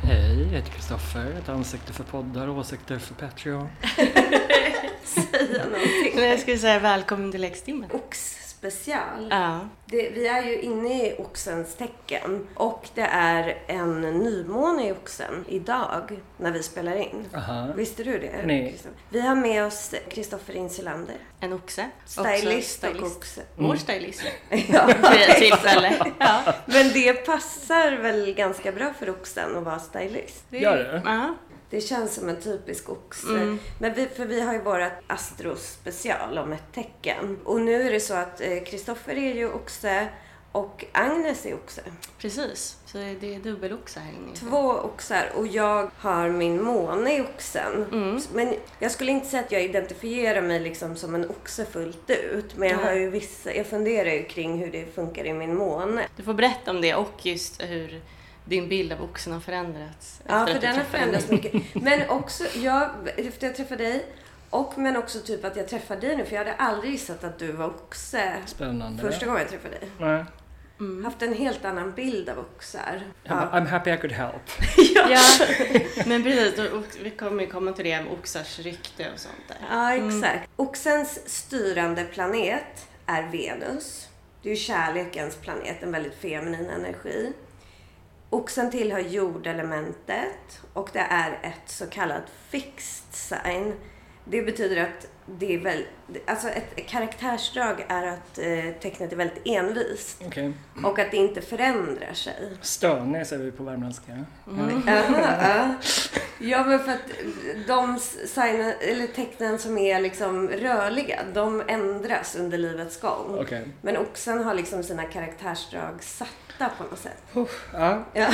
Jag heter Kristoffer, ett ansikte för poddar och åsikter för Patreon. Säga någonting. Men jag skulle säga välkommen till lektimmen. Oxspecial. Ja. Det, vi är ju inne i oxens tecken och det är en nymåne i oxen idag när vi spelar in. Aha. Mm. Visste du det? Nej. Kristoffer? Vi har med oss Kristoffer Insulander, En oxe. Också stylist, och oxe. Mm. Vår stylist. Ja, För ett tillfälle. Ja. men det passar väl ganska bra för oxen att vara stylist. Det- Gör det? Ja. Det känns som en typisk oxe. Men vi, för vi har ju vårat astrospecial om ett tecken. Och nu är det så att eh, Kristoffer är ju oxe och Agnes är oxe. Precis. Så det är dubbeloxe här inne. Två oxar och jag har min måne i oxen. Mm. Men jag skulle inte säga att jag identifierar mig liksom som en oxe fullt ut. Men jag, har ju vissa, jag funderar ju kring hur det funkar i min måne. Du får berätta om det och just hur din bild av oxen har förändrats. Ja, efter för att du den har träffade förändrats mig. mycket. Men också, jag, efter jag träffade dig, och men också typ att jag träffar dig nu, för jag hade aldrig gissat att du var oxe Spännande. första gången jag träffade dig. Nej. Mm. Haft en helt annan bild av oxar. I'm, I'm happy I could help. Ja, men precis. Då, och vi kommer ju komma till det med oxars rykte och sånt där. Ja, exakt. Oxens styrande planet är Venus. Det är ju kärlekens planet, en väldigt feminin energi. Oxen tillhör jordelementet och det är ett så kallat fixed sign. Det betyder att det är väl, alltså ett karaktärsdrag är att eh, tecknet är väldigt envist Okej. och att det inte förändrar sig. Stönig säger vi på värmländska. Mm. Aha, ja, men för att de signa, eller tecknen som är liksom rörliga, de ändras under livets gång. Okej. Men oxen har liksom sina karaktärsdrag satta på något sätt. Ja. Ja.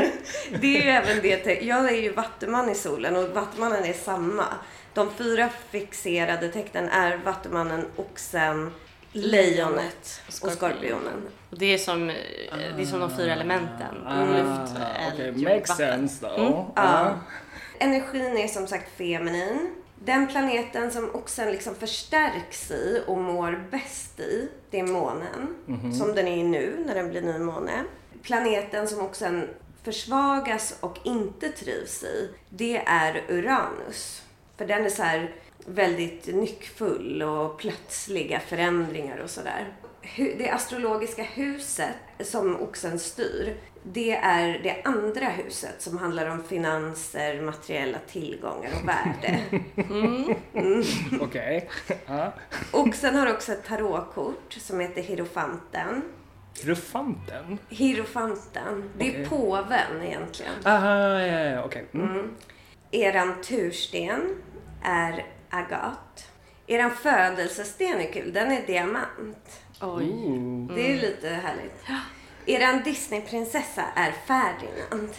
det är ju även det. te- Jag är ju vattuman i solen och vattumannen är samma. De fyra fixerade tecknen är vattumannen, oxen, lejonet och Skorpion. skorpionen. Och det är som, eh, det är som de fyra elementen. Ah, luft, eld, Okej, jord, makes vatten. Mm. sense då. Ah. Ja. Energin är som sagt feminin. Den planeten som oxen liksom förstärks i och mår bäst i, det är månen. Mhm. Mm. Som den är i nu när den blir ny måne. Planeten som oxen försvagas och inte trivs i, det är Uranus. För den är så här väldigt nyckfull och plötsliga förändringar och sådär. Hu- Det astrologiska huset som oxen styr, det är det andra huset som handlar om finanser, materiella tillgångar och värde. Mm. Okej. Ja. Oxen har också ett tarotkort som heter Hierofanten. Rufanten? Hierofanten, det är Okej. påven egentligen. Aha, ja, ja, ja, okej. Mm. Eran tursten är agat. Eran födelsesten är kul, den är diamant. Mm. Oj. Ooh. Det är ju lite härligt. Eran Disneyprinsessa är Ferdinand.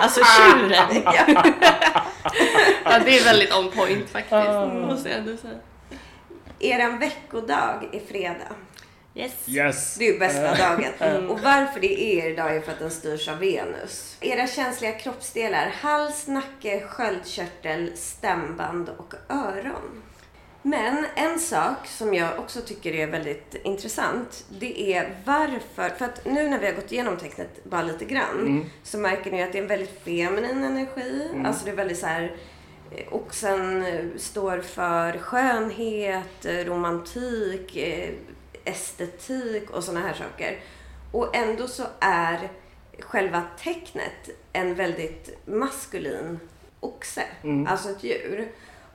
Alltså tjuren! ja. det är väldigt on point faktiskt, måste jag ändå säga. Eran veckodag är fredag. Yes. Yes. Eh, Det är ju bästa dagen. Och varför det är er dag är för att den styrs av Venus. Era känsliga kroppsdelar, hals, nacke, sköldkörtel, stämband och öron. Men en sak som jag också tycker är väldigt intressant, det är varför... För att nu när vi har gått igenom tecknet bara lite grann, mm, så märker ni att det är en väldigt feminin energi. Alltså det är väldigt så här... eh, Oxen eh, står för skönhet, eh, romantik, eh, estetik och sådana här saker. Och ändå så är själva tecknet en väldigt maskulin oxe, mm. alltså ett djur.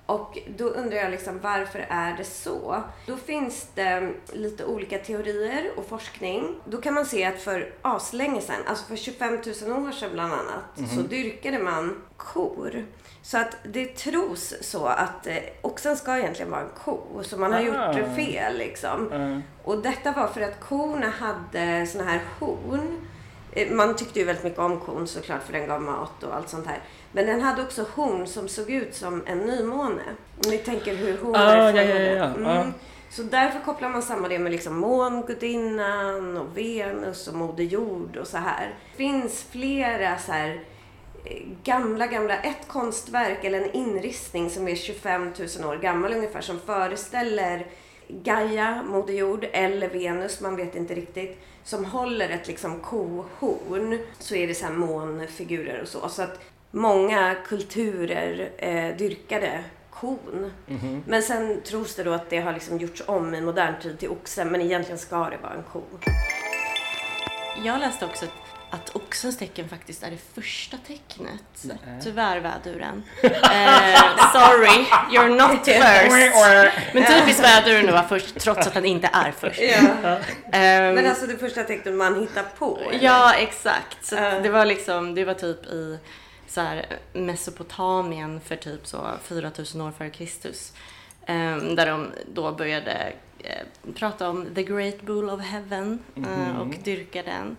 Och då undrar jag liksom varför är det så? Då finns det lite olika teorier och forskning. Då kan man se att för aslänge sedan, alltså för 25 000 år sedan bland annat, så dyrkade man kor. Så att det tros så att eh, oxen ska egentligen vara en ko, så man har gjort Ah. det fel liksom. Ja. Och detta var för att korna hade såna här horn. Eh, Man tyckte ju väldigt mycket om kon såklart för den gav mat och allt sånt här. Men den hade också horn som såg ut som en nymåne. Om ni tänker hur horn Ah, är ja, ja, formade. ja, ja. Så därför kopplar man samman det med liksom mångudinnan och Venus och Moder Jord och så här. Det finns flera så här eh, gamla, gamla, ett konstverk eller en inristning som är 25 000 år gammal ungefär som föreställer Gaia, Moder Jord, eller Venus, man vet inte riktigt, som håller ett liksom kohorn så är det så här månfigurer och så. Så att många kulturer eh, dyrkade kon. Men sen tros det då att det har liksom gjorts om i modern tid till oxe, men egentligen ska det vara en ko. Jag läste också att, att oxens tecken faktiskt är det första tecknet. Nej. Tyvärr väduren. eh, sorry, you're not first. Men typiskt väduren att vara först trots att den inte är först. Ehm, Men alltså det första tecknet man hittar på. eller? Ja, exakt. Så att Ja. det var liksom, det var typ i så här Mesopotamien för typ så 4000 år före Kristus. Ehm, där de då började eh, prata om the great bull of heaven eh, Mhm. och dyrka den.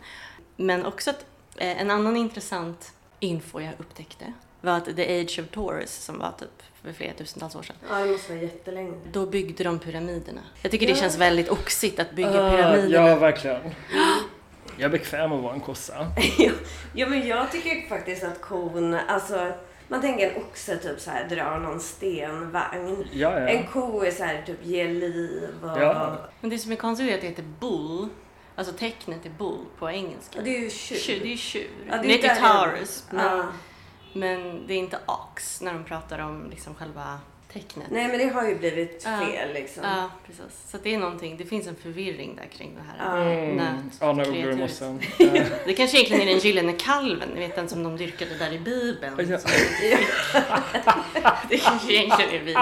Men också att eh, en annan intressant info jag upptäckte var att the age of Taurus som var typ för flera tusentals år sedan. Ja, det måste vara jättelänge. Då byggde de pyramiderna. Jag tycker det Ja. känns väldigt oxigt att bygga Ah, pyramider. Ja, verkligen. Jag är bekväm att vara en kossa. Ja, ja, men jag tycker faktiskt att kon, alltså man tänker en oxe typ så här drar någon stenvagn. Ja, ja. En ko är så här typ ger liv och... Ja. Men det som är konstigt är att det heter bull. Alltså tecknet är bull på engelska. och det är ju tjur. Tjur, det är tjur. Ja, det är det heter där- Taurus. Men, Ja. men det är inte ox när de pratar om liksom själva tecknet. Nej men det har ju blivit Ja. fel liksom. Ja, precis. Så det är någonting, det finns en förvirring där kring det här. Ja. Mm. nöt- Anna ugglor i kreaturet. mossen. Det kanske egentligen är den gyllene kalven, ni vet den som de dyrkade där i Bibeln. Ja. som de inte fick. det kanske egentligen är vi.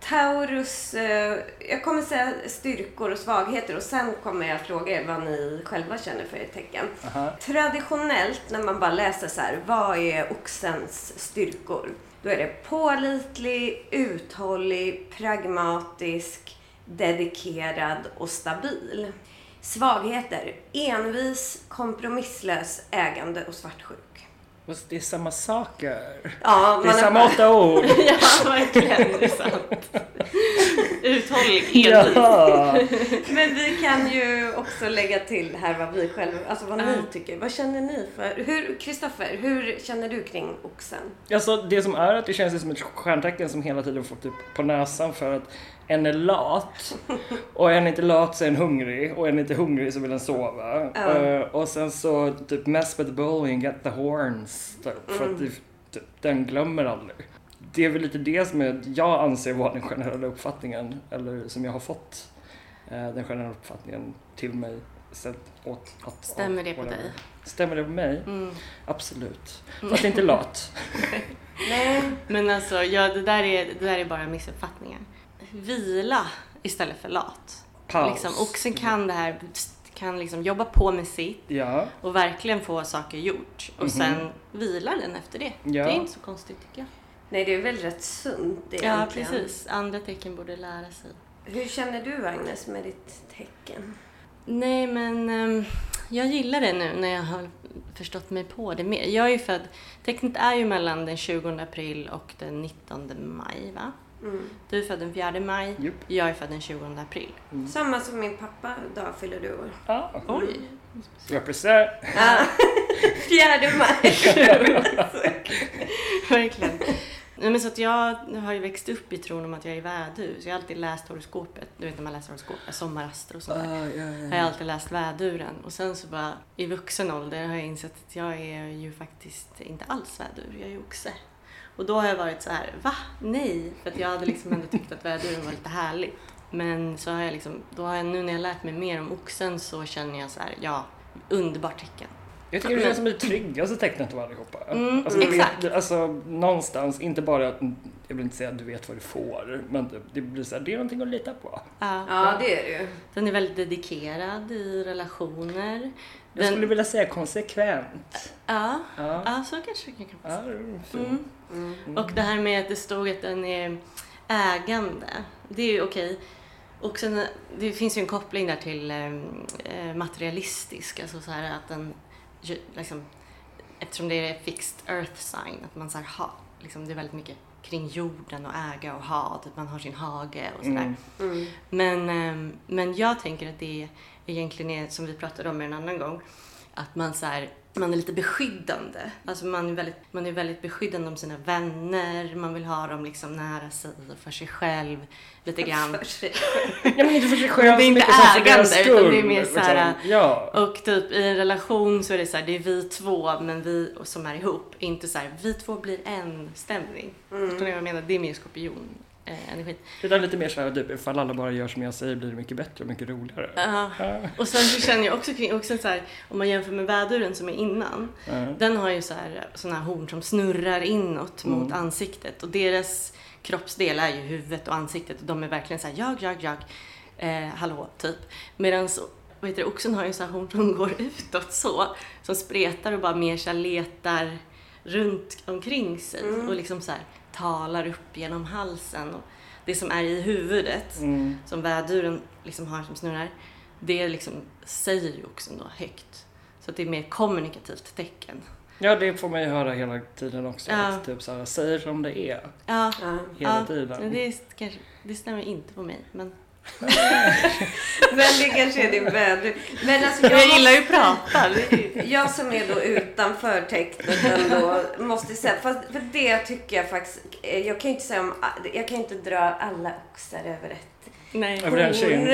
Taurus, eh, jag kommer säga styrkor och svagheter och sen kommer jag fråga er vad ni själva känner för ett tecken. Aha. Traditionellt när man bara läser så här, vad är oxens styrkor? Då är det pålitlig, uthållig, pragmatisk, dedikerad och stabil. Svagheter, envis, kompromisslös, ägande och svartsjuk. Fast Det är samma saker. Det Ja, är man är- samma åtta ord. Ja, verkligen. Det är sant. Uthållig, envis. Ja. Men vi kan ju också lägga till här vad vi själva, alltså vad ni Ja. tycker. Vad känner ni för, hur, Kristoffer, hur känner du kring oxen? Alltså det som är att det känns som ett stjärntecken som hela tiden får typ på näsan för att en är lat och en inte lat så är en hungrig och en inte hungrig så vill en sova. Ja. Eh, och sen så typ mess with the bull and get the horns typ, för att Mm. det, typ, den glömmer aldrig. Det är väl lite det som är, jag anser vara den generella uppfattningen eller som jag har fått eh, den generella uppfattningen till mig. Sett åt, att, Stämmer det på whatever. dig? Stämmer det på mig? Mm. Absolut. Fast inte lat. Nej, Men alltså, ja, det, där är, det där är bara missuppfattningar. Vila istället för lat. Paus. Liksom, oxen kan det här, kan liksom jobba på med sitt Ja. och verkligen få saker gjort. Och sen vilar den efter det. Ja. Det är inte så konstigt tycker jag. Nej, det är väl rätt sunt egentligen. Ja, precis. Andra tecken borde lära sig. Hur känner du Agnes med ditt tecken? Nej, men ehm, jag gillar det nu när jag har förstått mig på det mer. Jag är ju född, tecknet är ju mellan den 20 april och den 19 maj, va? Mm. Du är född den 4 maj, Jupp. Mm. jag är född den 20 april. Samma som min pappa, idag fyller du år. Ah. Oj! Represent. Ja. Fjärde maj. Verkligen. Nej, men så att jag har ju växt upp i tron om att jag är vädur, så jag har alltid läst horoskopet. Du vet när man läser horoskop, sommarastro och sånt där. har jag alltid läst väduren. Och sen så bara i vuxen ålder har jag insett att jag är ju faktiskt inte alls vädur, jag är oxe. Och då har jag varit så här, va? Nej! För att jag hade liksom ändå tyckt att väduren var lite härlig. Men så har jag liksom, då har jag nu när jag lärt mig mer om oxen så känner jag så här, ja, underbart tecken. Jag tycker det känns som det tryggaste tecknet av allihopa. Mm, alltså, det- exakt. det- alltså någonstans, inte bara att, jag vill inte säga att du vet vad du får, men det, det blir så här, det är någonting att lita på. Ja. Ja, det är du. Den är väldigt dedikerad i relationer. Jag Den, skulle vilja säga konsekvent. ja, Ja. ja, så kanske vi kan Ja, det är fint. Mm. Mm. Och det här med att det stod att den är ägande, det är ju okej. Och sen, det finns ju en koppling där till eh, materialistisk, alltså så här att den, ju- liksom, eftersom det är fixed earth sign, att man så här ha, liksom det är väldigt mycket kring jorden och äga och ha, typ man har sin hage och sådär. Mm. Mm. Men, ehm, men jag tänker att det egentligen är, som vi pratade om en annan gång, Att man så här, man är lite beskyddande. Alltså man är, väldigt, man är väldigt beskyddande om sina vänner, man vill ha dem liksom nära sig och för sig själv. Lite grann. För sig. Ja, men inte för sig Men själv så det är inte mycket som för deras ägande, utan skull. det är mer så här- liksom. Ja. Och typ i en relation så är det så här, det är vi två, men vi som är ihop. Inte så här, vi två blir en stämning. Förstår Mm. ni vad jag menar? Det är mer skorpion. Eh, energin. Utan lite mer så här, typ, ifall alla bara gör som jag säger blir det mycket bättre och mycket roligare. Ja. och sen så känner jag också kring, också så här, om man jämför med väduren som är innan. Ja. Den har ju så här, såna här horn som snurrar inåt mot ansiktet och deras kroppsdel är ju huvudet och ansiktet och de är verkligen så här jag, jag, jag, eh, hallå, typ. Medan vet du, oxen har ju så här horn som går utåt så, som spretar och bara mer så här letar runt omkring sig och liksom så här talar upp genom halsen och det som är i huvudet Mm. som väduren liksom har som snurrar, det liksom säger ju oxen då högt. Så att det är mer kommunikativt tecken. Ja, det får man ju höra hela tiden också. Ja. Att typ så här, säger som det är Ja, Ja. hela Ja, men tiden. det, är, kanske, det stämmer inte på mig. Men Men det kanske är din väder. Men alltså, jag, jag, gillar ju att prata. Det är ju... jag som är då utanför tecknet ändå måste säga, fast för det tycker jag faktiskt, eh, jag kan ju inte säga om, jag kan ju inte dra alla oxar över ett Över Nej. den kind.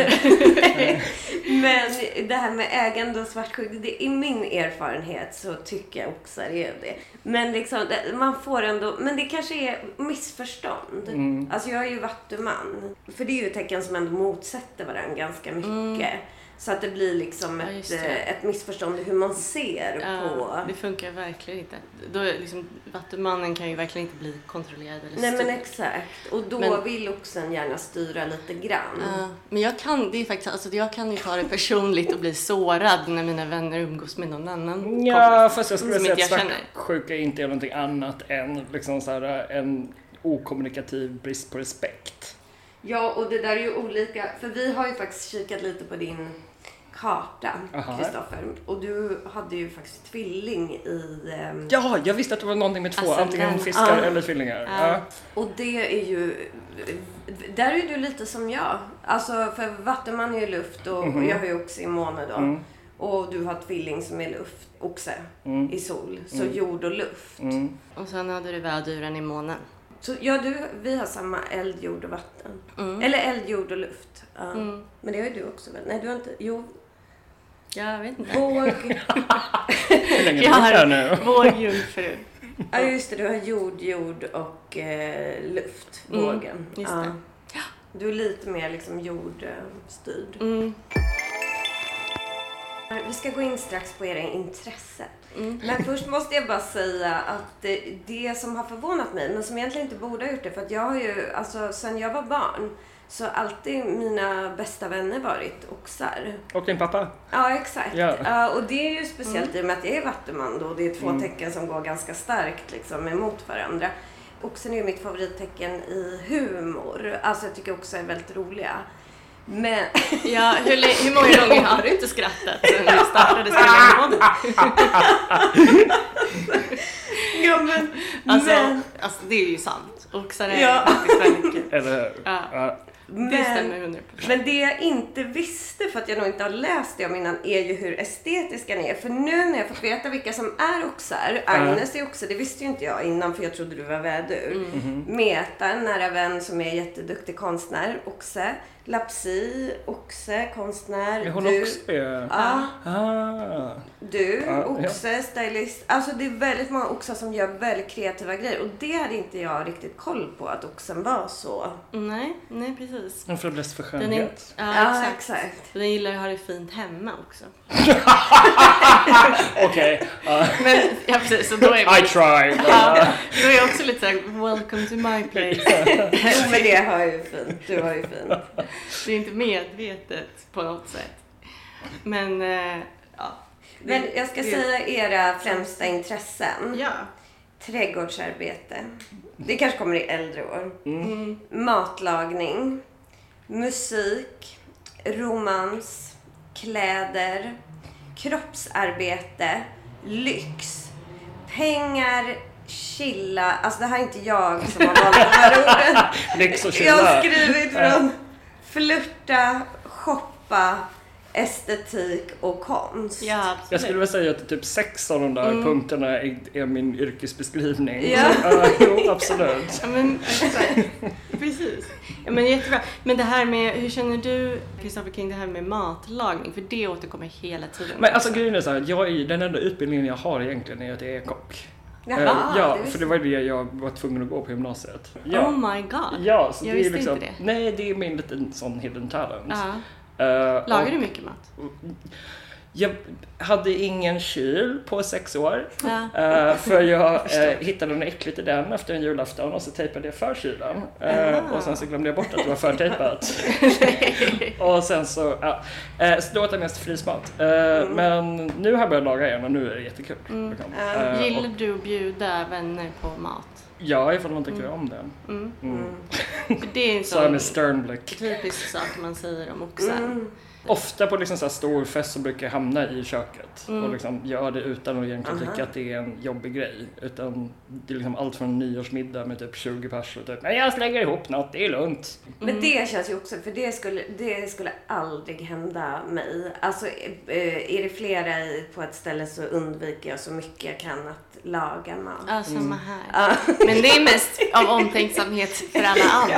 Men det här med ägande och svartsjuk, det, i min erfarenhet så tycker jag också det är det. Men liksom, det- man får ändå, men det kanske är missförstånd. Mm. Alltså jag är ju vattuman. För det är ju tecken som ändå motsätter varandra ganska Mm. mycket. Så att det blir liksom Ja, ett, just det. eh, ett missförstånd i hur man ser på... Ja, det funkar verkligen inte. Då är liksom, vattumannen kan ju verkligen inte bli kontrollerad eller Nej men styrd. exakt. Och då Men- vill oxen gärna styra lite grann. Ja, men jag kan, det är faktiskt, alltså, jag kan ju ta det personligt och bli sårad när mina vänner umgås med någon annan Ja, fast jag skulle som säga inte att Mm. jag känner. svartsjuka inte är någonting annat än liksom så här, en okommunikativ brist på respekt. Ja, och det där är ju olika. För vi har ju faktiskt kikat lite på din karta, Aha. Kristoffer. Och du hade ju faktiskt tvilling i... ehm, Ja, jag visste att det var någonting med två, Alltså, antingen den- fiskar ja. eller tvillingar. Ja. Ja. Och det är ju... Där är du lite som jag. Alltså, för Vattenman är ju luft och Mhm. och jag har ju också i måne då. Mm. Och du har tvilling som är luft, oxe, i sol. Så jord och luft. Mm. Och sen hade du väduren i månen. Så ja, du, vi har samma eld, jord och vatten. Mm. Eller eld, jord och luft. Ja. Men det har ju du också väl? Nej, du har inte... Jo, Jag vet inte. våg... Hur länge Jag har du har- gjort det här nu? Vår jungfru. Ja just det, du har jord, jord och eh, luft, Mm, vågen. just ja. det. Du är lite mer liksom jordstyrd. Mm. Vi ska gå in strax på era intressen. mm. Men först måste jag bara säga att eh, det som har förvånat mig, men som egentligen inte borde ha gjort det, för att jag har ju, alltså sen jag var barn, så har alltid mina bästa vänner varit oxar. Och din pappa? Ja, exakt. Ja. Ja, och det är ju speciellt i och med att jag är vattuman då. och Det är två tecken som går ganska starkt liksom emot varandra. Oxen är ju mitt favorittecken i humor. Alltså jag tycker också är väldigt roliga. Men Ja, hur, le- hur många gånger har du inte skrattat sen vi startade Spelaren ja, men, alltså, men, alltså, det är ju sant. Och sen är Ja. det faktiskt väldigt kul. Eller hur? Ja. Ja. Det men, stämmer hundra procent. men det jag inte visste, för att jag nog inte har läst det om innan, är ju hur estetiska ni är. För nu när jag fått veta vilka som är oxar, Agnes är oxe, det visste ju inte jag innan för jag trodde du var vädur. mhm. Mm. Mm. Meta, en nära vän som är jätteduktig konstnär, oxe. Lapsi, oxe, konstnär. Är hon du, också är... Ja, Ah. du, Ja, ja. oxe, stylist. Alltså det är väldigt många oxar som gör väldigt kreativa grejer och det hade inte jag riktigt koll på att oxen var så. Nej, nej precis. En fäbless för Den är, skönhet. ja, Ja, exakt. exakt. Den gillar att ha det fint hemma också. Okej, ja, Men, ja precis, så då är I vi, tried. ja, då är jag också lite såhär, welcome to my place. Jo, men det har ju fint. Du har ju fint. Det är inte medvetet på något sätt. Men, eh, ja. Men jag ska Det- säga era främsta intressen. Ja. Trädgårdsarbete. Det kanske kommer i äldre år. Mm. Matlagning. Musik. Romans. Kläder. Kroppsarbete. Lyx. Pengar. Chilla. Alltså det här är inte jag som har valt de här orden. Lyx och Jag har kyla. skrivit från flörta, shoppa, estetik och konst. Ja, absolut. Jag skulle vilja säga att typ sex av de där Mm. punkterna är, är min yrkesbeskrivning. Ja. Så, ja, jo, absolut. Ja, men, exakt. precis. Ja, men jättebra. Men det här med, hur känner du Kristoffer kring det här med matlagning? För det återkommer hela tiden. Men alltså grejen är så här, jag är, den enda utbildningen jag har egentligen är att jag är kock. Jaha, Eh, ja, visste för det var det jag var tvungen att gå på gymnasiet. Ja, Oh my god. ja så jag det är visste liksom, inte det. Nej, det är min liten sån hidden talent. Ja. Eh, Lagar och du mycket mat? Jag hade ingen kyl på sex år. Ja. Eh, för jag Förstår. eh, hittade något äckligt i den efter en julafton och så tejpade jag för kylen. Eh, Ah. och sen så glömde jag bort att det var förtejpat. och sen så, ja. Eh, så då åt jag mest frysmat. Eh, Men nu har jag börjat laga igen och nu är det jättekul. Mm. Eh, Gillar och, du att bjuda vänner på mat? ja, ifall man tycker om det. Mm. Mm. För det är en Så jag sån med sternblick. typisk sak man säger om oxar. Mm. Ofta på liksom så här stor fest så brukar jag hamna i köket Mm. och liksom gör det utan att egentligen Aha. tycka att det är en jobbig grej. Utan det är liksom allt från nyårsmiddag med typ 20 pers och typ nej jag slänger ihop något, det är lugnt. Men det känns ju också, för det skulle, det skulle aldrig hända mig. Alltså eh, är det flera i- på ett ställe så undviker jag så mycket jag kan att laga mat. Ja, samma här. Ja. Men det är mest av omtänksamhet för alla andra.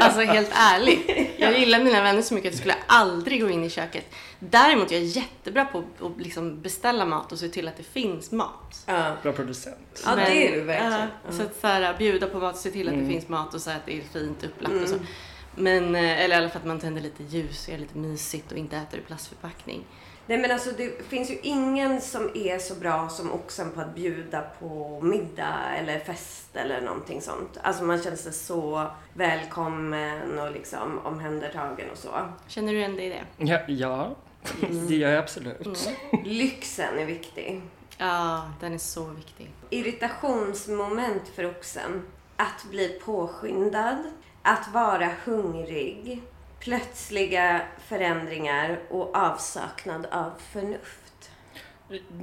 Alltså helt ärligt. Jag gillar mina vänner så mycket att jag skulle aldrig gå in i köket. Däremot är jag jättebra på att liksom beställa mat och se till att det finns mat. Ja. Bra producent. Ja, det är du verkligen. ja, så att så här, bjuda på mat och se till att Mm. det finns mat och så här, att det är fint upplagt och alltså. Mm. så. Men, eh, eller i alla fall att man tänder lite ljus och gör lite mysigt och inte äter ur plastförpackning. Nej men alltså det finns ju ingen som är så bra som oxen på att bjuda på middag eller fest eller någonting sånt. Alltså man känner sig så välkommen och liksom omhändertagen och så. Känner du igen dig i det? Ja, ja. det gör jag absolut. Lyxen är viktig. Ja, den är så viktig. Irritationsmoment för oxen. Att bli påskyndad, att vara hungrig, plötsliga förändringar och avsaknad av förnuft.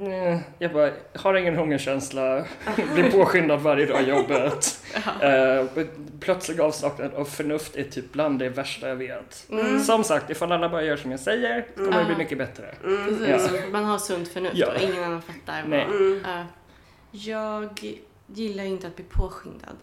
Mm, Jag bara, har ingen hungerkänsla, blir påskyndad varje dag i jobbet. Eh, Plötslig avsaknad av förnuft är typ bland det värsta jag vet. Mm. Mm. Som sagt, ifall alla bara gör som jag säger kommer det bli Ah. mycket bättre. Mm. Precis, man har sunt förnuft Ja. och ingen annan fattar. vad- Nej. Mm. Ja. Äh, Jag gillar ju inte att bli påskyndad.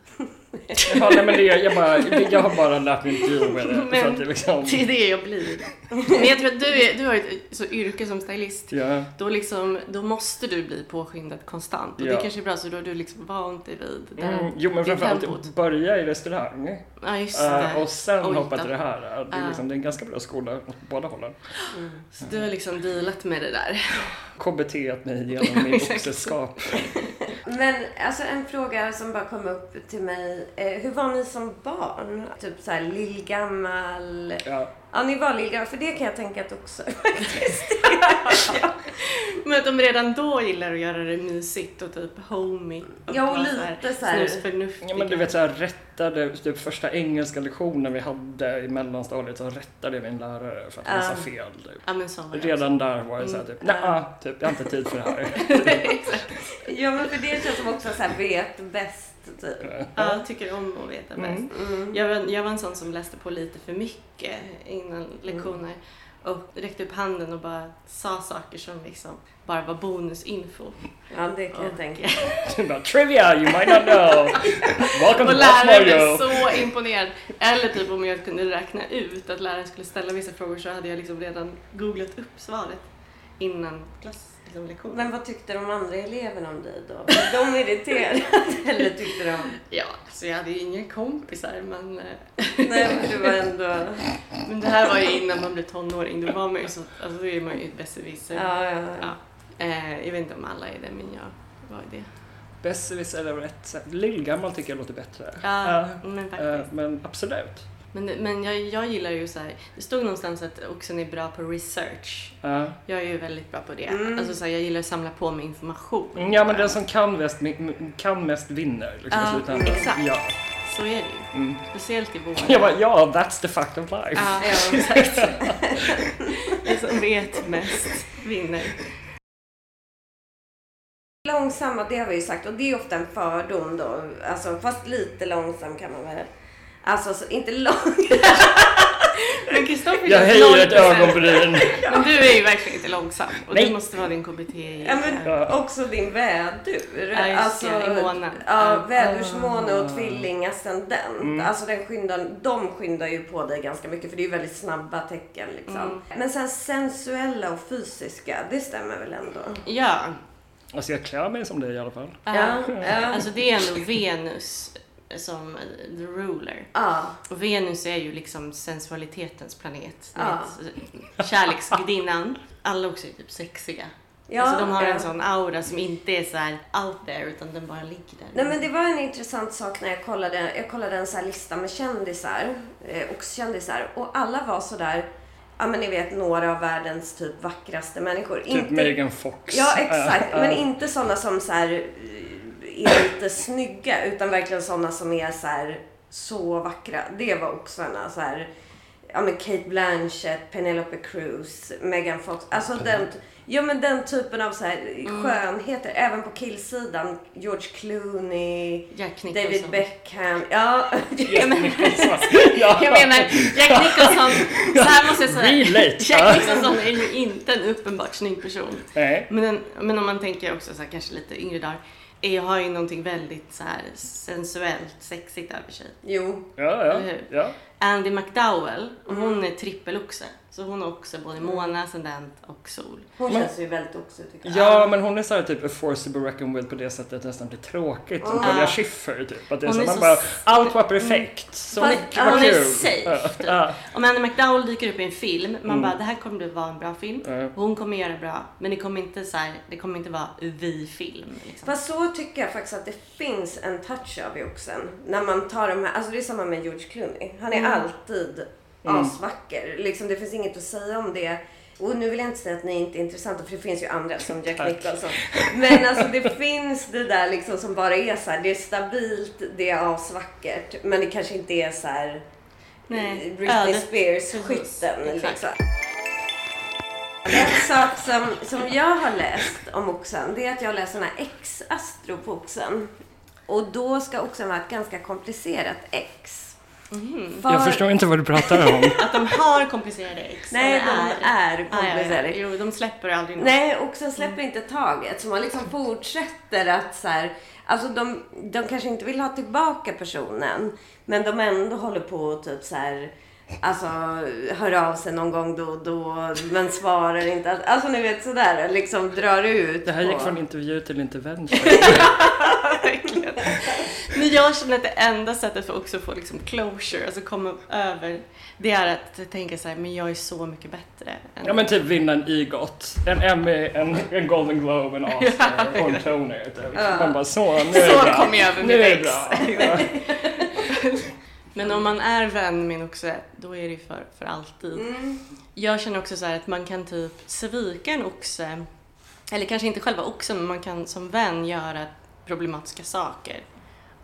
Ja, nej, men det, jag, bara, jag har bara lärt mig deal med det. För Men- att det liksom, Det är det jag blir. Men jag tror att du, är, du har ett så yrke som stylist. ja, Då, liksom, då måste du bli påskyndad konstant. Och Ja. det kanske är bra, så då har du liksom vant dig vid det. där. mm, jo men Det är framförallt tempot. börja i restaurang Ja, just det. eh, och sen Oj, hoppa då. till det här. Det är, Ah. liksom, det är en ganska bra skola åt båda hållen. Mm. Så du har liksom dealat med det där. KBT-at mig genom min oxeskap. Men alltså en fråga som bara kom upp till mig. Eh, hur var ni som barn? Typ såhär lillgammal. Ja. Ja, ni var lillgammal, för det kan jag tänka att också. Men att de redan då gillar att göra det mysigt och typ homey. Ja, och vara lite så här- här snusförnuftiga. Ja men du vet såhär rättade, typ första engelska lektionen vi hade i mellanstadiet så rättade vi en lärare för att han sa Ah. fel. Typ. Ja, men så var jag Mm. också. Redan där var jag såhär typ, nej, typ, jag har inte tid för det här. ja, men för det känns som också såhär vet bäst, typ. Ja, jag tycker om att veta Mm. bäst. Jag, var, jag var en sån som läste på lite för mycket innan Mm. lektioner och räckte upp handen och bara sa saker som liksom bara var bonusinfo. Ja, det kan jag Och- tänka. Du bara, Trivia, you might not know! Welcome to Och Boss läraren Mario! blev så imponerad. Eller typ om jag kunde räkna ut att läraren skulle ställa vissa frågor så hade jag liksom redan googlat upp svaret innan klass, liksom lektionen. Men vad tyckte de andra eleverna om dig då? Blev de irriterade? Eller tyckte de... Ja, så jag hade ju inga kompisar men, eh, Nej, men du var ändå... men det här var ju innan man blev tonåring. Då var man ju så, alltså då är man ju ett besserwisser. Ja, ja, ja. Ja. Eh, jag vet inte om alla är det, men jag var det. Besserwisser eller rätt sätt. Lillgammal tycker jag låter bättre. Ja, Eh, men eh, faktiskt. men absolut. Men, men jag, jag gillar ju så här, det stod någonstans att oxen är bra på research. Eh, Jag är ju väldigt bra på det. Mm. Alltså så här, jag gillar att samla på mig information. Mm, ja men den som kan mest, kan mest vinner. Liksom, i Ja, slutändan. exakt. Ja. Så är det ju. Mm. Speciellt i boende. Jag bara, ja, that's the fact of life. Ja, ja, exakt. Den som vet mest vinner. Långsamma, det har vi ju sagt. Och det är ofta en fördom då. Alltså, fast lite långsam kan man väl... Alltså, så, inte lång... Men Kristoffer Jag känns höjer ett 0%. ögonbryn. Men du är ju verkligen inte långsam. Och Nej. det måste vara din KBT. i- Ja, men också din vädur. Alltså, Ja, just det, i månen. ja, Ja. vädursmåne och Ah. tvillingascendent. Mm. Alltså den skyndar, de skyndar ju på dig ganska mycket för det är ju väldigt snabba tecken. Liksom. Mm. Men sen sensuella och fysiska, det stämmer väl ändå? Ja. Alltså jag klär mig som det i alla fall. Ja, ja. Alltså det är ändå Venus som the ruler. Ja, Och Venus är ju liksom sensualitetens planet. Ja. Ja. Kärleksgudinnan. Alla också är typ sexiga. ja. alltså de har ja. en sån aura som inte är så här out there utan den bara ligger där. Nej, men det var en intressant sak när jag kollade, jag kollade en så här lista med kändisar, eh, oxkändisar, och alla var så där, ja men ni vet några av världens typ vackraste människor. Typ Megan Fox. Ja, exakt. Äh, Men äh. inte sådana som så här, eh, är lite snygga, utan verkligen sådana som är så, här, så vackra. Det var också en så här, ja men Kate Blanchett, Penelope Cruz, Megan Fox. Alltså den, ja, men den typen av så här skönheter. Även på killsidan, George Clooney, Jack Nicholson. David Beckham. Ja, Jag menar, Ja. jag menar Jack Nicholson, så här måste jag säga. Relate. Jack Nicholson är ju inte en uppenbart snygg person. Nej. Men, en, men om man tänker också så här, kanske lite yngre dagar. Jag har ju någonting väldigt så här, sensuellt, sexigt över sig. jo. Ja, ja, Eller hur? ja. Andy McDowell, och hon Mm. är trippeloxe. Så hon är också både måne, ascendent och sol. Hon Men- känns ju väldigt också tycker jag. Ja, men hon är så här typ a force to be reckoned with på det sättet att det nästan blir tråkigt. Som Mm. Talia Schiffer typ. Att det är Hon så är man så bara, s- allt var Mm. perfekt. Så Fast mycket hon var är kul. safe, typ. Ja, Om Andy McDowell dyker upp i en film, man Mm. bara det här kommer bli- vara en bra film. ja, ja. Hon kommer göra det bra, men det kommer inte, så här, det kommer inte vara vi-film. Liksom. Fast så tycker jag faktiskt att det finns en touch av i oxen. När man tar de här, alltså det är samma med George Clooney. Han är Mm. alltid Mm. asvacker. Liksom det finns inget att säga om det. Och nu vill jag inte säga att ni inte är intressanta för det finns ju andra som Jack Tack. Nicholson. Men alltså det finns det där liksom som bara är så här. Det är stabilt, det är asvackert. Men det kanske inte är så här eh, Nej, Britney ödet. Spears-skytten Exakt. liksom. En sak som, som jag har läst om oxen, det är att jag läser den här X-astro på oxen. Och då ska oxen vara ett ganska komplicerat X. Mhm. För- Jag förstår inte vad du pratar om. Att de har komplicerade ex. Nej, eller de är Ah, ja, komplicerade. ja. Jo, de släpper aldrig något. Nej, Mm. oxen släpper inte taget. Så man liksom fortsätter att så här, alltså de, de kanske inte vill ha tillbaka personen, men de ändå håller på och typ så här, alltså hör av sig någon gång då och då, men svarar inte. Alltså ni vet sådär, liksom drar ut. Det här gick på- från intervju till intervention. Verkligen. Men jag känner att det enda sättet för också att få liksom closure, alltså komma över, det är att tänka så här, men jag är så mycket bättre. Än Ja men typ vinna en EGOT, en Emmy, en, en Golden Globe, en Oscar och en Tony. Typ. Ja. Man bara så, nu är det så bra. kom jag över Nu mitt är det ex. bra. Ja. Men om man är vän med en oxe, då är det ju för, för alltid. Mm. Jag känner också så här att man kan typ svika en oxe, eller kanske inte själva oxen, men man kan som vän göra problematiska saker.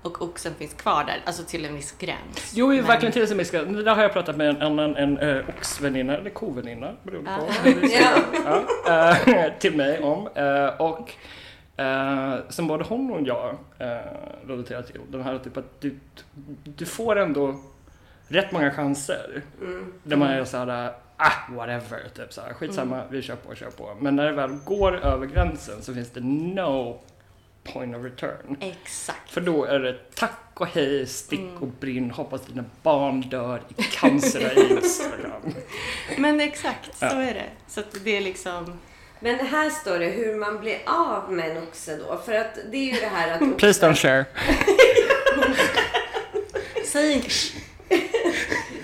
Och oxen finns kvar där, alltså till en viss gräns. Jo, ju Men- verkligen till som ska. Där har jag pratat med en annan, en eh, oxväninna, eller koväninna, beroende på. Ah. hur vi ser Ja. det. Ja, eh, till mig om. Eh, och eh, som både hon och jag eh, relaterar till, den här typ att du, du får ändå rätt många chanser. Mm. Där man är såhär, ah whatever, typ såhär, skitsamma, vi kör på, kör på. Men när det väl går över gränsen så finns det no point of return. Exakt. För då är det tack och hej, stick och brinn, hoppas dina barn dör i cancer och aids. liksom. Men exakt, så Ja. är det. Så att det är liksom... Men här står det hur man blir av med en oxe då. För att det är ju det här att oxen- Please don't share. Säg inte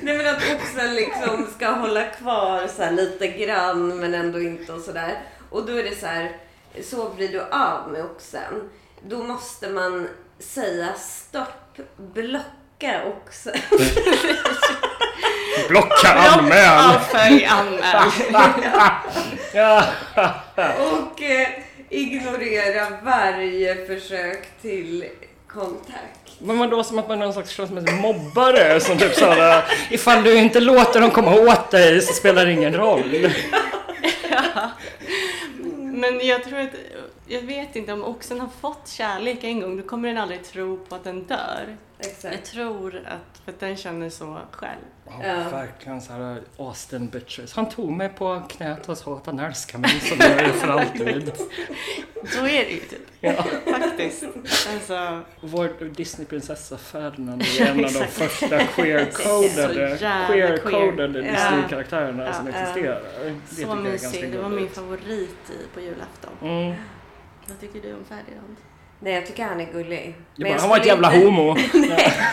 Nej men att oxen liksom ska hålla kvar så här lite grann men ändå inte och sådär. Och då är det så här, så blir du av med oxen. Då måste man säga stopp, blocka oxen. Blocka anmäl! Avfölj, anmäl. Ja. Och eh, ignorera varje försök till kontakt. Men man då som att man är någon slags könsmässig mobbare som typ såhär, ifall du inte låter dem komma åt dig så spelar det ingen roll. Men jag tror att jag vet inte, om oxen har fått kärlek en gång då kommer den aldrig tro på att den dör. Jag Exakt. tror att, för att den känner så själv. Ja, Ja. Verkligen så här Austin Butchers. Han tog mig på knät och sa att han älskar mig så nu är det för alltid. Så är det ju typ. Ja. Faktiskt. Alltså, Vår Disneyprinsessa Ferdinand är en av de Exakt. första queer-codade Så jävla queer-codade queer. Disney-karaktärerna Ja. som Ja, ja. existerar. Det så tycker jag är ganska mysig. Det var min gulligt. favorit i, på julafton. Mm. Vad tycker du om Ferdinand? Nej, jag tycker han är gullig. Jag jag bara, han var ett skulle jävla inte- homo.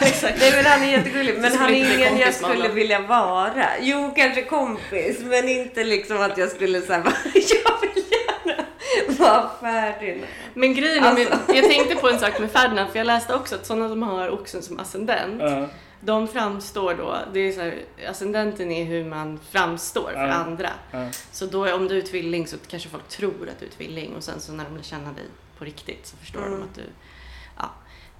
Exakt. Nej men han är jättegullig Jag men skulle han inte är bli ingen jag kompis med skulle honom. vilja vara. Jo kanske kompis men inte liksom att jag skulle säga jag vill gärna vara färdig. Men grejen är, med, jag tänkte på en sak med Ferdinand, för jag läste också att sådana som har oxen som ascendent, Ja. de framstår då, det är så här, ascendenten är hur man framstår för Ja. andra. Ja. Så då är- om du är tvilling så kanske folk tror att du är tvilling och sen så när de lär känna dig på riktigt så förstår Mm. de att du... Ja.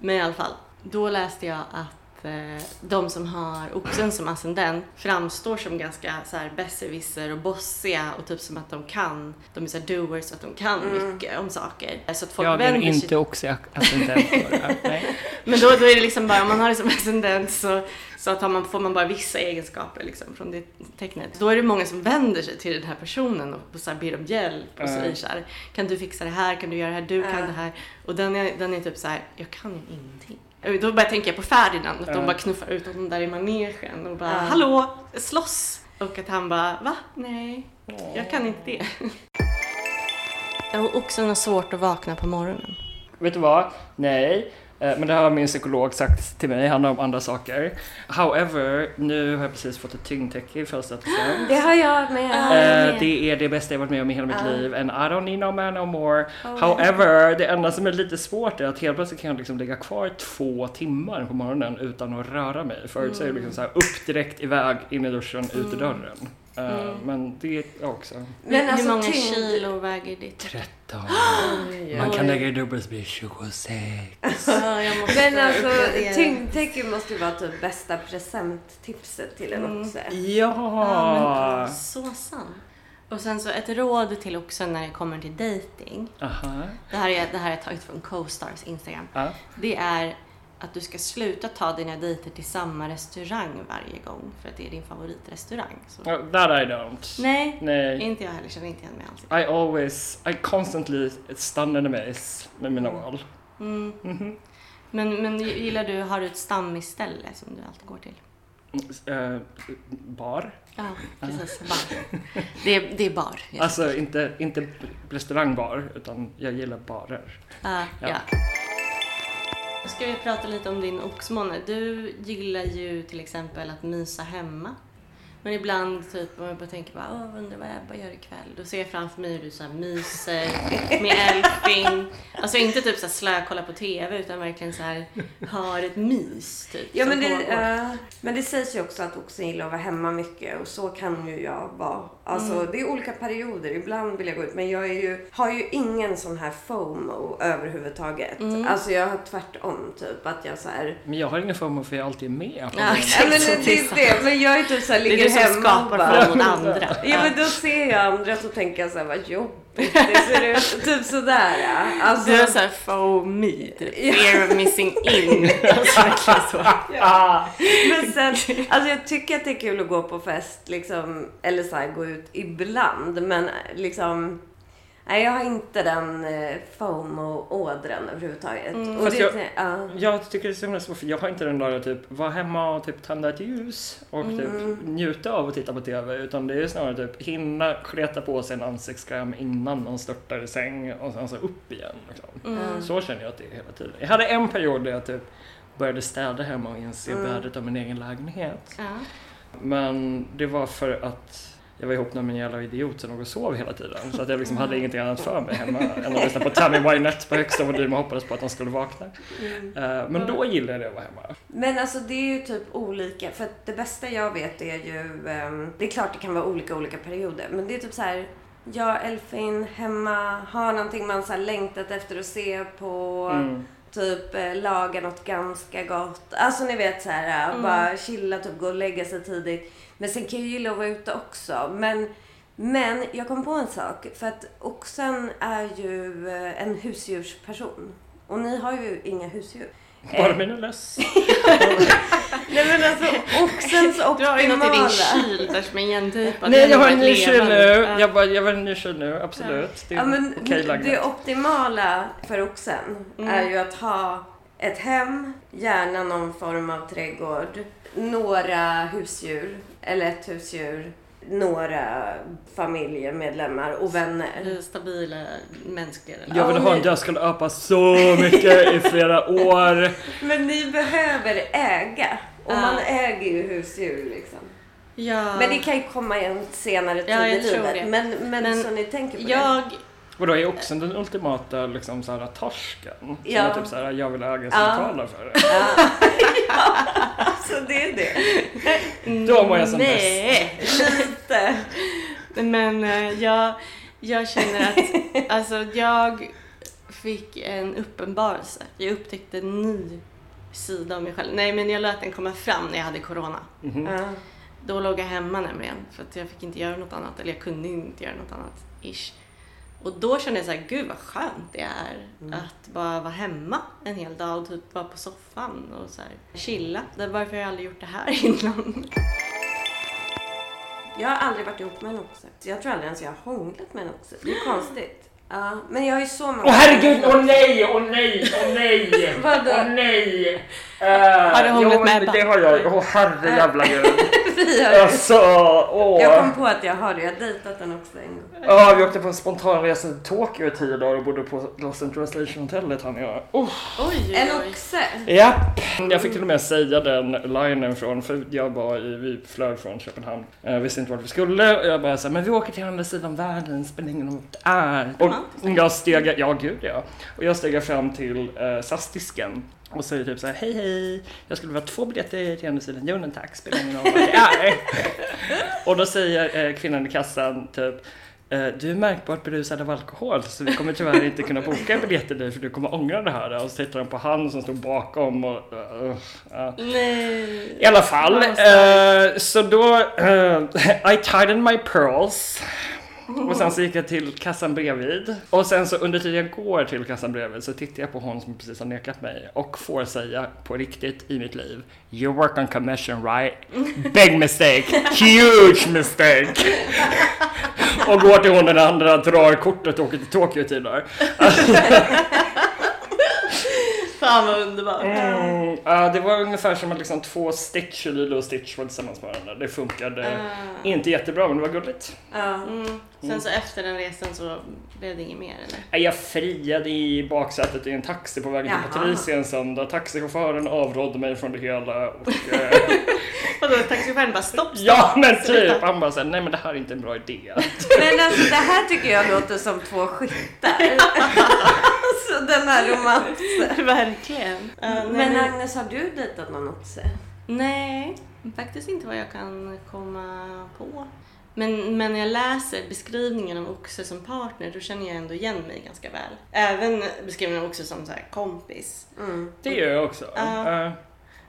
Men i alla fall, då läste jag att eh, de som har oxen som ascendent framstår som ganska så här besserwisser och bossiga och typ som att de kan, de är så här doers och att de kan Mm. mycket om saker. Så att folk Jag är vänder sig inte också ascendent för det här. Nej. men då, då är det liksom bara, om man har det som ascendent så, så att har man, får man bara vissa egenskaper liksom från det tecknet. Då är det många som vänder sig till den här personen och, och så här ber om hjälp och Ja. säger så här, kan du fixa det här, kan du göra det här, du Ja. kan det här. Och den är, den är typ så här, jag kan ju ingenting. Och Då bara tänker jag på Ferdinand, att Ja. de bara knuffar ut honom där i manegen och bara, Ja. hallå, slåss! Och att han bara, va? Nej, jag kan inte det. Och oxen har svårt att vakna på morgonen. Vet du vad? Nej. Eh, Men det här har min psykolog sagt till mig, handlar om andra saker. However, nu har jag precis fått ett tyngdtäcke i födelsedagspresent. Det har jag med. Ah. jag Eh, med. det är det bästa jag varit med om i hela mitt Ja. liv and I don't need no man no more. Oh. However, det enda som är lite svårt är att helt plötsligt kan jag liksom ligga kvar två timmar på morgonen utan att röra mig. Förut så är Mm. det liksom så här upp direkt iväg in i duschen, ut i dörren. Eh, Mm. Men det är jag också. Men Hur alltså, många tyngd- kilo väger ditt 13. Oj, Man oj. kan lägga i dubbel så blir det 26. Ja, jag måste Men alltså uppgradera. tyngdtäcke måste ju vara typ bästa presenttipset till en Mm. oxe. Ja, Ja! men så sant. Och sen så ett råd till också när det kommer till dating. Aha. Det här är, det här är taget från Co-Stars Instagram. Ja. Det är att du ska sluta ta dina dejter till samma restaurang varje gång för att det är din favoritrestaurang. Så. Ja, Uh, That I don't. Nej, Nej. inte jag heller. Känner inte igen mig alls. I always, I constantly stun and amaze med mina val. Mm. Mhm. Men, men gillar du, har du ett stammisställe som du alltid går till? Eh, bar. Ja, precis. Bar. Det är, det är bar. Ja. Alltså inte, inte restaurangbar, utan jag gillar barer. Ja, Ja. Ah, ja. Nu ska vi prata lite om din oxmåne. Du gillar ju till exempel att mysa hemma. Men ibland typ om jag bara tänker bara, Åh, undrar vad Ebba gör ikväll. Då ser jag framför mig hur du så här myser med Elfing. Alltså inte typ så här slökolla på TV utan verkligen så här har ett mys typ. Ja, som men det, pågår. eh, men det sägs ju också att oxen gillar att vara hemma mycket och så kan ju jag vara. Alltså, Mm. Det är olika perioder. Ibland vill jag gå ut, men jag är ju, har ju ingen sån här FOMO överhuvudtaget. Mm. Alltså jag har tvärtom typ att jag så här. Men jag har ingen förmån för jag alltid är med. På Ja, det. exakt. Ja, men det, det är det. Men jag är typ så här, det är ligger du som hemma och skapar bara. fram mot andra. Ja, men då ser jag andra så tänker jag så här, vad jobbigt det ser ut. typ sådär. Ja. Alltså, Du är såhär FOMO, typ. Fear of missing in. Alltså, verkligen så. Men sen, alltså jag tycker att det är kul att gå på fest, liksom, eller så här, gå ut ibland. Men liksom, nej, jag har inte den eh, FOMO-ådran överhuvudtaget. Och Mm. Fast det, jag- ja. Jag tycker det är så himla svårt, för jag har inte den där typ vara hemma och typ tända ett ljus och Mm. typ njuta av att titta på TV. Utan det är snarare typ hinna kleta på sig en ansiktskräm innan man störtar i säng och sen så upp igen. Liksom. Mm. Så känner jag att det är hela tiden. Jag hade en period där jag typ började städa hemma och inse Mm. värdet av min egen lägenhet. Ja. Men det var för att jag var ihop med min jävla idiot som låg och sov hela tiden. Så att jag liksom hade ingenting annat för mig hemma än att lyssna på Tammy Wynette på högsta volym och hoppades på att de skulle vakna. Eh, Men då Mm. gillade jag att vara hemma. Men alltså det är ju typ olika. För att det bästa jag vet är ju... ehm, Det är klart det kan vara olika olika perioder. Men det är typ så här... Jag, Elfin, hemma, har någonting man så här längtat efter att se på. Mm. Typ eh, laga något ganska gott. Alltså ni vet så här, eh, bara chilla, typ gå och lägga sig tidigt. Men sen kan jag ju gilla att vara ute också. Men Men jag kom på en sak, för att oxen är ju eh, en husdjursperson. Och ni har ju inga husdjur. Bara mina löss. Nej men alltså oxens Du har ju något i din optimala... kyl där som är igentypat. Nej, jag har en Ett ny kyl levande. nu. Ja. Jag, bara, jag var en ny kyl nu, absolut. Det är Ja, men okej lagda. det optimala för oxen Mm. är ju att ha ett hem, gärna någon form av trädgård, några husdjur eller ett husdjur, några familjemedlemmar och vänner. I Stabila mänskliga relationer. Jag vill Ja, ha en ni- dödskalleapa så mycket i flera år. Men ni behöver äga och Ja. man äger ju husdjur liksom. Ja. Men det kan ju komma i en senare tid Ja, i jag tror livet. det. Men, men, Men så ni tänker på det. Jag Vadå, är oxen den ultimata liksom så här torsken? Ja. Som är typ så här, jag vill äga Ja. samtalar för det. Ja. så det är det. Då mår jag som Nej. Lite. Men eh, jag, jag känner att alltså, jag fick en uppenbarelse. Jag upptäckte en ny sida av mig själv. Nej, men jag lät den komma fram när jag hade corona. Mhm. Mm. Ja. Då låg jag hemma nämligen, för att jag fick inte göra något annat. Eller jag kunde inte göra något annat, ish. Och då kände jag så här, gud vad skönt det är att bara vara hemma en hel dag och typ vara på soffan och så här, chilla. Det är varför jag aldrig gjort det här innan. Jag har aldrig varit ihop med en oxe. Så Jag tror aldrig ens jag har hånglat med en oxe. Det är konstigt. Ja, men jag har ju så många... Åh herregud, åh nej, åh nej, åh nej! Vadå? Åh nej! Eh, Har du hånglat jo, med Ebba? Det har jag, åh herre jävla gud. Vi har- Alltså, åh. Jag kom på att jag har det. Jag har dejtat en oxe en gång. Ja, vi åkte på en spontan resa till Tokyo i tio dagar och bodde på Lost in translation hotellet han och jag. Oh. Oj, oj, En oj. oxe? Ja, jag fick till och med säga den linen från, för jag var i, vi flög från Köpenhamn, jag visste inte vart vi skulle och jag bara såhär, men vi åker till andra sidan världen, spelar ingen roll vart det är. Och jag steg, ja gud ja, och jag steg fram till eh, SAS-disken och säger typ såhär, hej hej, jag skulle vilja ha två biljetter till andra sidan jorden tack, spelar ingen roll vart det är. och då säger eh, kvinnan i kassan typ, Eh, Du är märkbart berusad av alkohol så vi kommer tyvärr inte kunna boka en biljett till dig för du kommer ångra det här. Och så tittar de på han som stod bakom och... eh, ja. Nej. I alla fall, Vad eh, så då... eh, I tightened my pearls. Och sen så gick jag till kassan bredvid. Och sen så under tiden jag går till kassan bredvid så tittar jag på hon som precis har nekat mig och får säga på riktigt i mitt liv You work on commission right? Big mistake! Huge mistake! och går till hon den andra, drar kortet och åker till Tokyo i tio dagar. Fan vad underbart. Mm, ja, det var ungefär som att liksom två Stitch, Lilo och Stitch var tillsammans med varandra. Det funkade Ah. inte jättebra men det var gulligt. Ja. Mm. Sen så efter den resan så blev det inget mer eller? Nej, Jag friade i baksätet i en taxi på vägen till Jaha. Patricia en söndag. Taxichauffören avrådde mig från det hela. Och, eh, Vadå taxichauffören bara stopp, stopp. ja men sluta. typ! Han bara såhär, nej men det här är inte en bra idé. Men alltså det här tycker jag låter som två skyttar. alltså den här romansen. Verkligen. Ja, nej, Men men- Agnes, har du dejtat någon oxe? nej, faktiskt inte vad jag kan komma på. Men, men när jag läser beskrivningen av oxe som partner då känner jag ändå igen mig ganska väl. Även beskrivningen av oxe som så här kompis. Mm. Det gör jag också. Ja. Eh,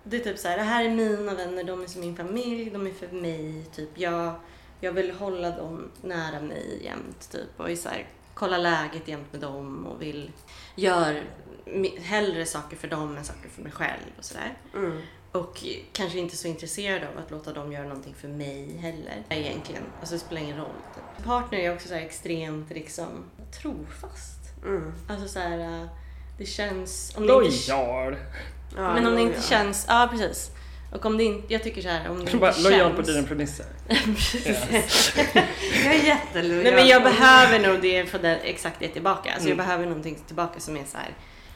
Det är typ så här, det här är mina vänner, de är som min familj, de är för mig. Typ jag, jag vill hålla dem nära mig jämt typ och är så här, kolla läget jämt med dem och vill göra hellre saker för dem än saker för mig själv och sådär. Mm. Och kanske inte så intresserad av att låta dem göra någonting för mig heller. Egentligen. Alltså det spelar ingen roll. Typ. Partner är också så här extremt liksom trofast. Mm. Alltså så här, eh, det känns... Om det inte Lojal. Ja, men om det jo, inte ja. känns, ja precis. Och om det inte, jag tycker så här, om det inte Bara känns. Lojal på dina premisser. Jag är jättelojal. Nej men jag behöver nog det för det, exakt det tillbaka. Alltså Mm. jag behöver någonting tillbaka som är så här.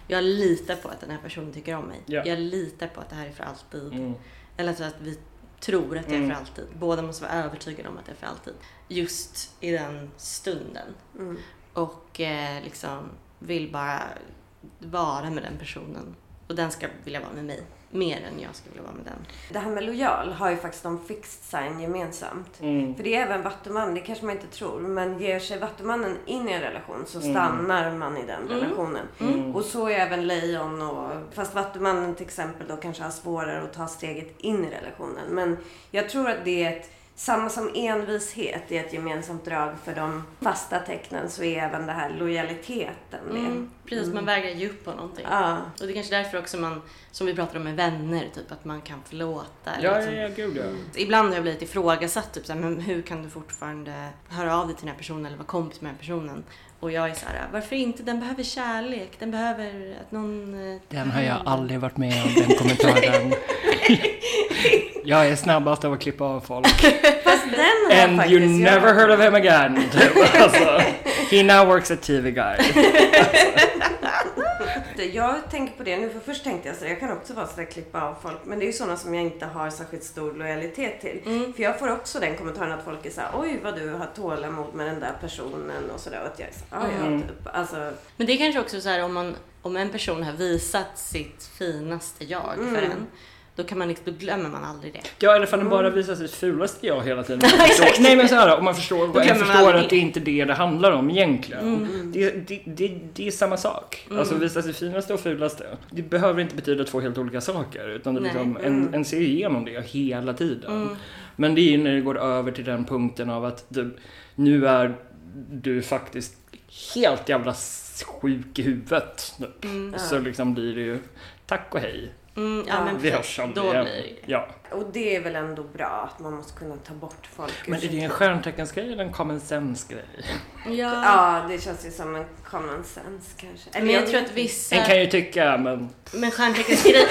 Jag litar på att den här personen tycker om mig. Ja. Jag litar på att det här är för alltid. Mm. Eller så att vi tror att det är Mm. för alltid. Båda måste vara övertygade om att det är för alltid. Just i den stunden. Mm. Och eh, liksom vill bara vara med den personen. Och den ska vilja vara med mig. Mer än jag ska vilja vara med den. Det här med lojal har ju faktiskt de fixed sign gemensamt. Mm. För det är även vattuman, det kanske man inte tror. Men ger sig vattumannen in i en relation Mm. så stannar man i den relationen. Och så är även lejon och... Fast vattumannen till exempel då kanske har svårare att ta steget in i relationen. Men jag tror att det är ett Samma som envishet är ett gemensamt drag för de fasta tecknen så är även det här lojaliteten det. Mm, precis, man vägrar ge upp på någonting. Ja. Och det är kanske därför också man, som vi pratade om med vänner, typ att man kan förlåta. eller Ja, ja, liksom- ja, gud ja. Ibland har jag blivit ifrågasatt, typ såhär, men hur kan du fortfarande höra av dig till den här personen eller vara kompis med den här personen? Och jag är såhär, varför inte? Den behöver kärlek, den behöver att någon... eh, Den har jag aldrig varit med om, den kommentaren. jag är snabbast av att klippa av folk. Fast den har And faktiskt you never jag. heard of him again. Typ. alltså, he now works at TV Guide. Jag tänker på det nu, för först tänkte jag så här, jag kan också vara sådär klippa av folk. Men det är ju sådana som jag inte har särskilt stor lojalitet till. Mm. För jag får också den kommentaren att folk är såhär, oj vad du har tålamod med den där personen och sådär. Och att jag är så, "Ja, Mm. ja, typ. Alltså, Men det är kanske också så här om, man, om en person har visat sitt finaste jag för en, då, kan man, liksom- då glömmer man aldrig det. Ja, eller för den bara visar sitt fulaste jag hela tiden. Exakt. Nej men såhär, om man förstår, Då jag glömmer man Mm. förstår aldrig. att det är inte det det handlar om egentligen. Det, det, det, det är samma sak. Mm. Alltså visa sitt finaste och fulaste. Det behöver inte betyda två helt olika saker. Utan det är Nej. Mm. liksom, en, en ser igenom det hela tiden. Men det är ju när det går över till den punkten av att du, nu är du faktiskt helt jävla sjuk i huvudet. typ. Så liksom blir det ju tack och hej. Mm, ja, Ja. men Vi precis. hörs aldrig Då igen. blir det. Ja. och det är väl ändå bra att man måste kunna ta bort folk. ur Men är sitt det en stjärnteckensgrej eller en common sense-grej? Ja. Ja, det känns ju som en common sense kanske. Eller Men jag tror vet att inte. vissa... En kan ju tycka, men... Men stjärnteckensgrejen...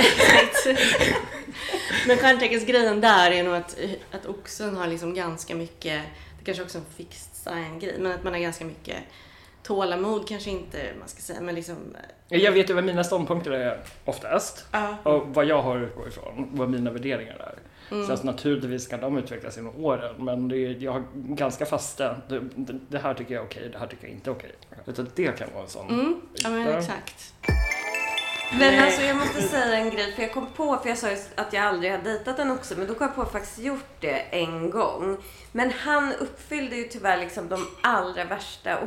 men stjärnteckensgrejen där är nog att, att oxen har liksom ganska mycket... Det kanske också är en fixed sign-grej, men att man har ganska mycket tålamod kanske inte man ska säga, men liksom... Jag vet ju vad mina ståndpunkter är oftast. Ja. Och vad jag har att utgå ifrån. Vad mina värderingar är. mm. Så alltså, naturligtvis kan de utvecklas genom åren. Men det är, jag har ganska fasta. Det, det, det här tycker jag är okej, det här tycker jag inte är okej. Utan det kan vara en sån. Mm, ja men Ja. exakt. Men alltså jag måste säga en grej, för jag kom på, för jag sa ju att jag aldrig har dejtat en också, men då kom jag på att jag faktiskt gjort det en gång. Men han uppfyllde ju tyvärr liksom de allra värsta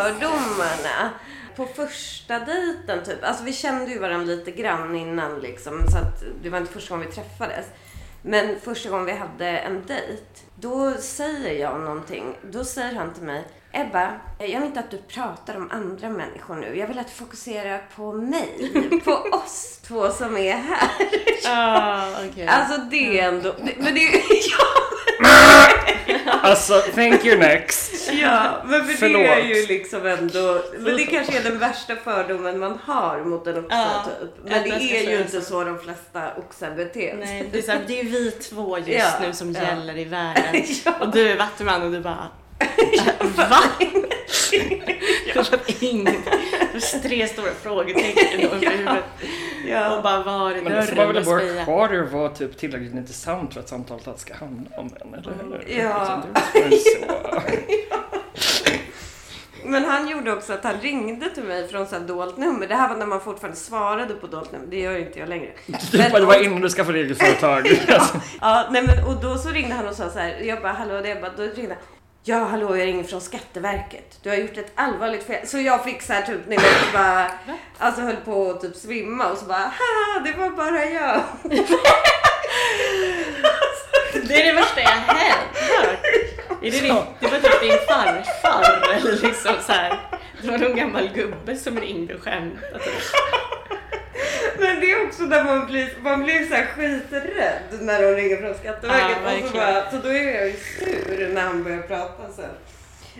oxfördomarna. På första dejten typ, alltså vi kände ju varandra lite grann innan liksom, så att det var inte första gången vi träffades. Men första gången vi hade en dejt, då säger jag någonting. Då säger han till mig, Ebba, jag vill inte att du pratar om andra människor nu. Jag vill att du fokuserar på mig, på oss två som är här. Ah, okej. Alltså det är ändå, det- men det är ja, Alltså, thank you next. ja, men för det är Förlåt. ju liksom ändå, men det kanske är den värsta fördomen man har mot en oxe Ja, typ. Men att det man ska är ju säga inte så de flesta oxar beter sig. Nej, det är, så här, det är vi två just Ja, nu som ja. gäller i världen. Ja. Och du är vattuman och du bara... Va? Jag fattar ingenting. Det är tre stora frågetecken över huvudet. Ja. Och bara var är Men alltså, då får man dörren väl och bara speja? kvar och vara typ tillräckligt intressant för att samtalet alltid ska handla om en, eller Mm, hur? Liksom, Ja. Det är så. Men han gjorde också att han ringde till mig från så här dolt nummer. Det här var när man fortfarande svarade på dolt nummer. Det gör ju inte jag längre. Men- Det var innan du skaffade eget företag. Alltså. Ja, nej men och då så ringde han och sa så här. Jag bara hallå, det är bara, då ringde han. Ja, hallå, jag ringer från Skatteverket. Du har gjort ett allvarligt fel. Så jag fick så här typ, ni vet, bara, alltså höll på att typ svimma och så bara, haha, det var bara jag. Det är det värsta jag har hört. Är det, din, det var typ din farfar eller liksom så här. Det var någon gammal gubbe som ringde och skämtade. Men det är också när man blir, man blir så här skiträdd när de ringer från Skatteverket. Ja, och så, verkligen. bara, så då är jag ju sur när han börjar prata sen.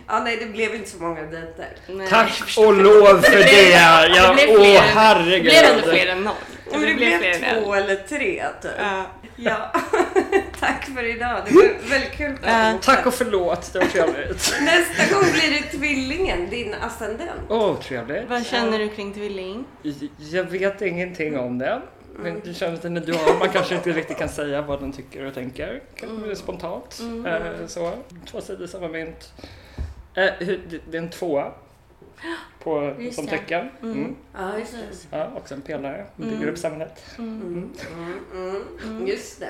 Ja, nej, det blev inte så många dejter. Nej. Tack och lov för det! Ja, Det blev åh fler än- Det herregud! blev ändå fler än noll. Men det, blev, två eller tre typ. Ja. Tack för idag. Det var väldigt kul. att prata med Tack och förlåt, det var trevligt. dig. Nästa gång blir det tvillingen, din ascendent. Åh, trevligt. Vad känner du kring tvilling? Jag vet ingenting om den. Mm. Men det känns lite dual, man kanske inte riktigt kan säga vad den tycker och tänker. Kan- Spontant. Eh, Så. Två sidor samma mynt. Eh, hur- det- Det är en tvåa. På, Just som det. tecken. Mm. Ja, just det. Ja, också en pelare. Bygger upp samhället. Mm, mm, Just det.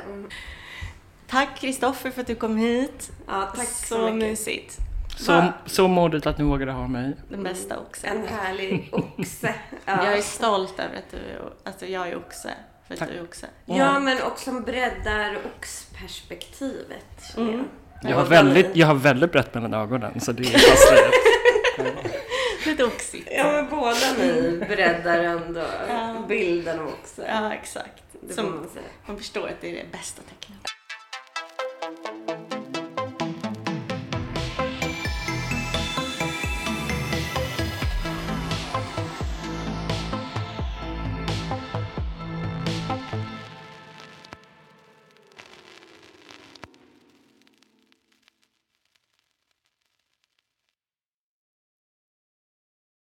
Tack Kristoffer för att du kom hit. Ja, tack så, mycket. mysigt. Så, Va? så modigt att ni vågade ha mig. Den bästa oxen. En härlig oxe. Ja. alltså, Jag är stolt över att, du, att jag är oxe. För att Tack. du är oxe. Ja, men och som breddar oxperspektivet. känner Mm. Jag har, väldigt, jag har väldigt brett mellan ögonen så det är fast Lite oxigt. Ja, men båda ni breddar ändå Ja. bilden av oxe. Ja, exakt. Det får Som man säga. man förstår att det är det bästa tecknet.